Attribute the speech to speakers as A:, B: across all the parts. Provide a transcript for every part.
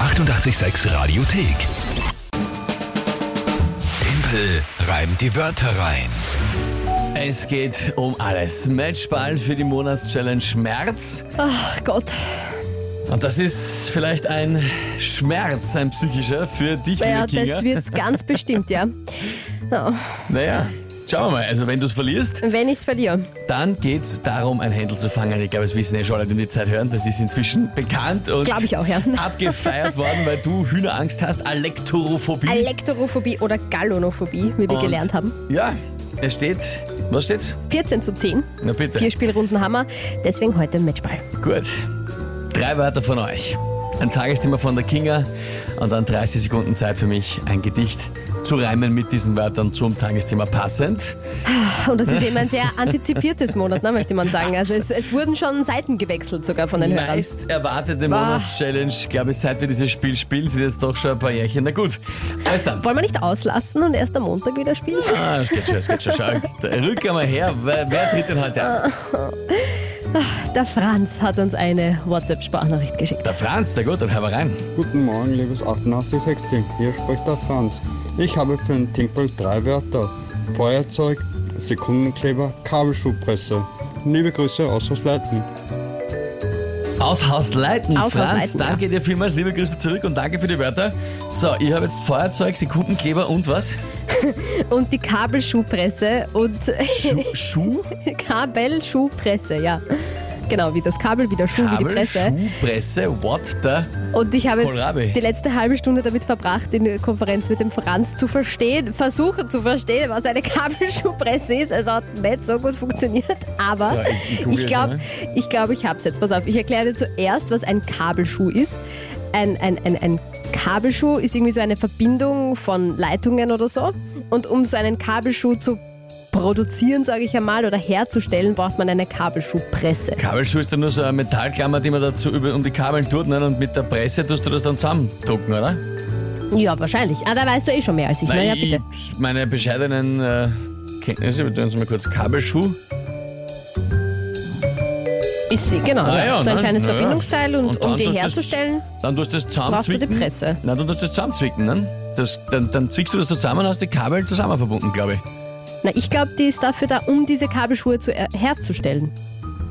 A: 886 Radiothek. Tempel reimt die Wörter rein.
B: Es geht um alles. Matchball für die Monatschallenge Schmerz.
C: Ach Gott.
B: Und das ist vielleicht ein Schmerz, ein psychischer für dich,
C: Ja,
B: liebe Kinga.
C: das wird's ganz bestimmt, ja. ja.
B: Naja, schauen wir mal. Also wenn du es verlierst,
C: Wenn ich's verliere.
B: dann geht's darum, ein Händel zu fangen. Ich glaube, es wissen eh schon alle, die die Zeit hören. Das ist inzwischen bekannt und
C: Glaub ich auch, ja.
B: abgefeiert worden, weil du Hühnerangst hast, Alektorophobie.
C: Elektorophobie oder Gallonophobie, wie wir
B: Und-
C: gelernt haben.
B: ja, es steht, was steht's?
C: 14 zu 10.
B: Na bitte.
C: Vier Spielrunden haben wir. Deswegen heute Matchball.
B: Gut. Drei Wörter von euch. Ein Tagesthema von der Kinga und dann 30 Sekunden Zeit für mich, ein Gedicht zu reimen mit diesen Wörtern zum Tagesthema passend.
C: Und das ist eben ein sehr antizipiertes Monat, ne, möchte man sagen. Also es, es wurden schon Seiten gewechselt sogar von den Hörern.
B: Meist erwartete Monatschallenge, glaube ich, seit wir dieses Spiel spielen, sind jetzt doch schon ein paar Jährchen. Na gut, alles dann.
C: Wollen wir nicht auslassen und erst am Montag wieder spielen?
B: Ah, es geht schon, es geht schon. Schau, rück einmal her. Wer, wer tritt denn heute an?
C: Der Franz hat uns eine WhatsApp-Sprachnachricht geschickt.
B: Der Franz, na gut, dann hör mal rein.
D: Guten Morgen, liebes 886 Team. Hier spricht der Franz. Ich habe für den Timpel drei Wörter: Feuerzeug, Sekundenkleber, Kabelschuhpresse. Liebe Grüße aus Leiten.
B: Aus Hausleiten,
C: Aus
B: Franz,
C: Hausleiten,
B: danke dir vielmals, liebe Grüße zurück und danke für die Wörter. So, ich habe jetzt Feuerzeug, Sekundenkleber und was?
C: Und die Kabelschuhpresse und
B: Schu- Schuh?
C: Kabelschuhpresse, ja. Genau, wie das Kabel, wie der Schuh, wie die
B: Kabel,
C: Presse.
B: Schuhpresse, what the?
C: Und ich habe jetzt
B: Kohlrabi.
C: die letzte halbe Stunde damit verbracht, in der Konferenz mit dem Franz zu verstehen, versuchen zu verstehen, was eine Kabelschuhpresse ist. Es hat nicht so gut funktioniert, aber
B: So, ich- ich
C: ich
B: google
C: glaube, ich,
B: jetzt
C: glaube,
B: mal.
C: ich, habe es jetzt. Pass auf, ich erkläre dir zuerst, was ein Kabelschuh ist. Ein, ein, ein, ein Kabelschuh ist irgendwie so eine Verbindung von Leitungen oder so. Und um so einen Kabelschuh zu produzieren, sage ich einmal, oder herzustellen, braucht man eine Kabelschuhpresse.
B: Kabelschuh ist dann nur so eine Metallklammer, die man dazu über, um die Kabeln tut, ne? und mit der Presse tust du das dann zusammendrucken, oder?
C: Ja, wahrscheinlich. Ah, da weißt du eh schon mehr als ich. naja, bitte.
B: ich, meine bescheidenen äh, Kenntnisse, wir tun uns mal kurz Kabelschuh.
C: Ist sie, genau.
B: Ah,
C: ja.
B: ja,
C: so ein
B: nein,
C: kleines
B: na ja.
C: Verbindungsteil und,
B: Und dann
C: um die
B: tust du's-
C: herzustellen,
B: Dann tust du das
C: brauchst du die
B: zusammenzwicken.
C: Presse.
B: Na, dann tust du das zusammenzwicken, ne? Das, dann, dann zwickst du das zusammen und hast die Kabel zusammen verbunden, glaube ich.
C: Na, ich glaube, die ist dafür da, um diese Kabelschuhe zu er- herzustellen.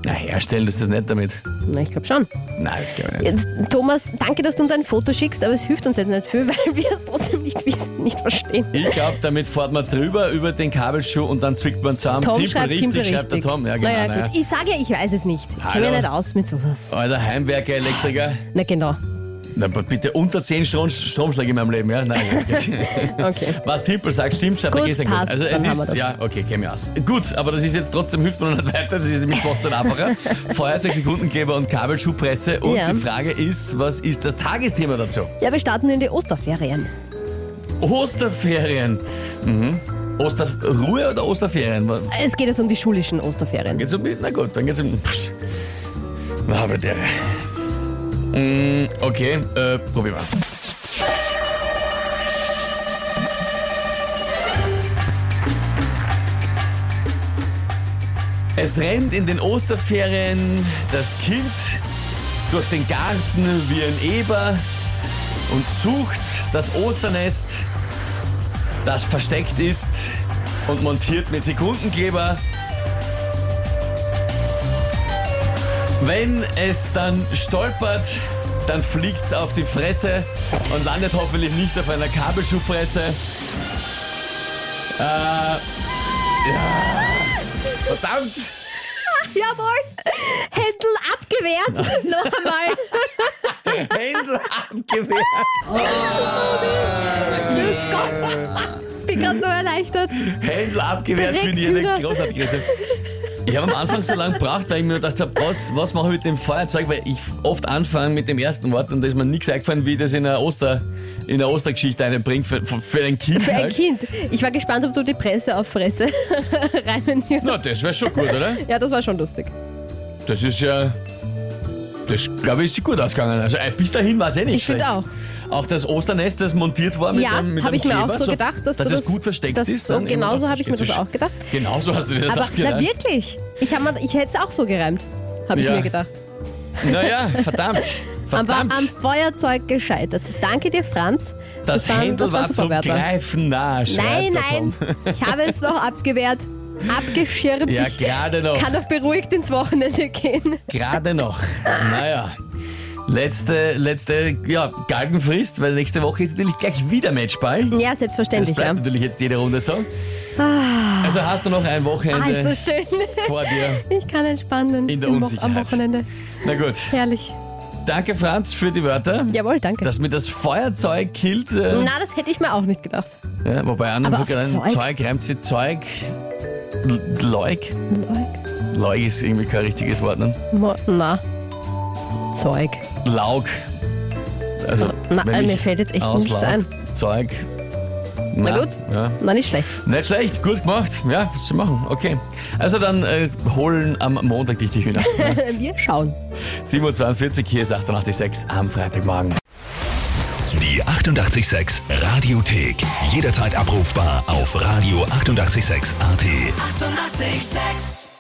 B: Na, herstellen tust du das nicht damit.
C: Na, ich glaube schon.
B: Nein, das glaube ich nicht.
C: Jetzt, Thomas, danke, dass du uns ein Foto schickst, aber es hilft uns jetzt nicht viel, weil wir es trotzdem nicht wissen, nicht verstehen.
B: Ich glaube, damit fährt man drüber über den Kabelschuh und dann zwickt man zusammen.
C: Tom
B: Timpel
C: schreibt
B: richtig,
C: Timpel
B: schreibt der
C: richtig.
B: Tom. Ja, genau.
C: Naja,
B: naja.
C: gut. Ich sage ja, ich weiß es nicht. Ich kenne
B: Hallo.
C: mich nicht aus mit sowas.
B: Alter Heimwerker, Elektriker.
C: Na genau.
B: Na, aber bitte unter 10 Strom, Stromschläge in meinem Leben, ja? Nein, das geht.
C: Okay.
B: Was Timpel sagt, stimmt, schreibt
C: Gut,
B: er gestern
C: passt,
B: Also es
C: dann haben wir
B: ist,
C: das.
B: ja, okay, käme aus. Gut, aber das ist jetzt trotzdem, hilft mir noch nicht weiter, das ist nämlich trotzdem einfacher. Feuerzeug, Sekundenkleber und Kabelschuhpresse. Und
C: Ja.
B: die Frage ist, was ist das Tagesthema dazu?
C: Ja, wir starten in die Osterferien.
B: Osterferien. Mhm. Osterruhe oder Osterferien? Was-
C: Es geht jetzt um die schulischen Osterferien.
B: Geht's um die? Na gut, dann geht's um. Psch. Na, aber der. Mm, okay, äh, probier mal. Es rennt in den Osterferien das Kind durch den Garten wie ein Eber und sucht das Osternest, das versteckt ist und montiert mit Sekundenkleber Wenn es dann stolpert, dann fliegt's auf die Fresse und landet hoffentlich nicht auf einer Kabelschuhpresse. Äh, ja. Verdammt!
C: Jawohl! Händel abgewehrt! Noch einmal!
B: Händel abgewehrt!
C: Gott! Bin gerade so erleichtert.
B: Händel abgewehrt für die
C: Dreckshühner.
B: eine großartige Reaktion. Ich habe am Anfang so lange gebraucht, weil ich mir gedacht habe, was, was mache ich mit dem Feuerzeug, weil ich oft anfange mit dem ersten Wort und da ist mir nichts eingefallen, wie ich das in einer, Oster, in einer Ostergeschichte einbringt für, für, für ein Kind.
C: Für ein
B: halt.
C: Kind. Ich war gespannt, ob du die Presse auf Fresse reimen wirst.
B: Na, das wäre schon gut, oder?
C: Ja, das war schon lustig.
B: Das ist ja. Das glaube ich ist gut ausgegangen. Also äh, bis dahin war es eh nicht
C: Ich
B: schlecht.
C: finde
B: Auch das Osternest, das montiert war mit
C: ja,
B: einem, mit
C: habe
B: einem
C: ich mir
B: Kleber,
C: auch so gedacht, dass,
B: dass
C: du
B: es gut versteckt
C: das,
B: ist.
C: So,
B: dann
C: genau so
B: irgendwo-
C: habe ich mir das auch gedacht.
B: Genau so hast du dir das
C: Aber
B: auch
C: na
B: gedacht.
C: wirklich, ich habe mir- ich hätte es auch so gereimt, habe ich
B: Ja.
C: mir gedacht.
B: Naja, verdammt.
C: Aber
B: Verdammt.
C: am Feuerzeug gescheitert. Danke dir, Franz.
B: Das
C: waren-
B: Händel
C: waren
B: war zum
C: Superwörter.
B: Greifen nah. schreibt
C: Nein,
B: der
C: nein,
B: Tom.
C: ich habe es noch abgewehrt, abgeschirmt.
B: Ja,
C: ich
B: gerade noch.
C: kann doch beruhigt ins Wochenende gehen.
B: Gerade noch. Naja. Letzte, letzte, ja, Galgenfrist, weil nächste Woche ist natürlich gleich wieder Matchball.
C: Ja,
B: Das
C: selbstverständlich,
B: bleibt
C: ja.
B: natürlich jetzt jede Runde so. Also hast du noch ein
C: Ah,
B: Wochenende
C: ist so schön.
B: vor dir.
C: Ich kann entspannen
B: In der
C: im Wo- am
B: Unsicherheit.
C: Wochenende.
B: Na gut.
C: Herrlich.
B: Danke, Franz, für die Wörter.
C: Jawohl, danke.
B: Dass mir das Feuerzeug killt. Äh,
C: Na, das hätte ich mir auch nicht gedacht.
B: ja, wobei an
C: Aber
B: und
C: auf
B: für Zeug.
C: Zeug?
B: Zeug reimt sie Zeug. L- Leug. Leug ist irgendwie kein richtiges Wort. Ne?
C: Mo- Na, Zeug.
B: Laug. Also,
C: Na,
B: wenn
C: äh,
B: ich
C: mir fällt jetzt echt
B: auslaug,
C: nichts ein.
B: Zeug.
C: Na gut.
B: Ja.
C: Na, nicht schlecht.
B: Nicht schlecht, gut gemacht. Ja, was zu machen. Okay. Also dann äh, holen am Montag dich die Hühner.
C: Wir schauen.
B: 7.42 hier ist 88.6 am Freitagmorgen.
A: Die 886 Radiothek. Jederzeit abrufbar auf radio886.at. 886!
E: Eighty-eight, sex.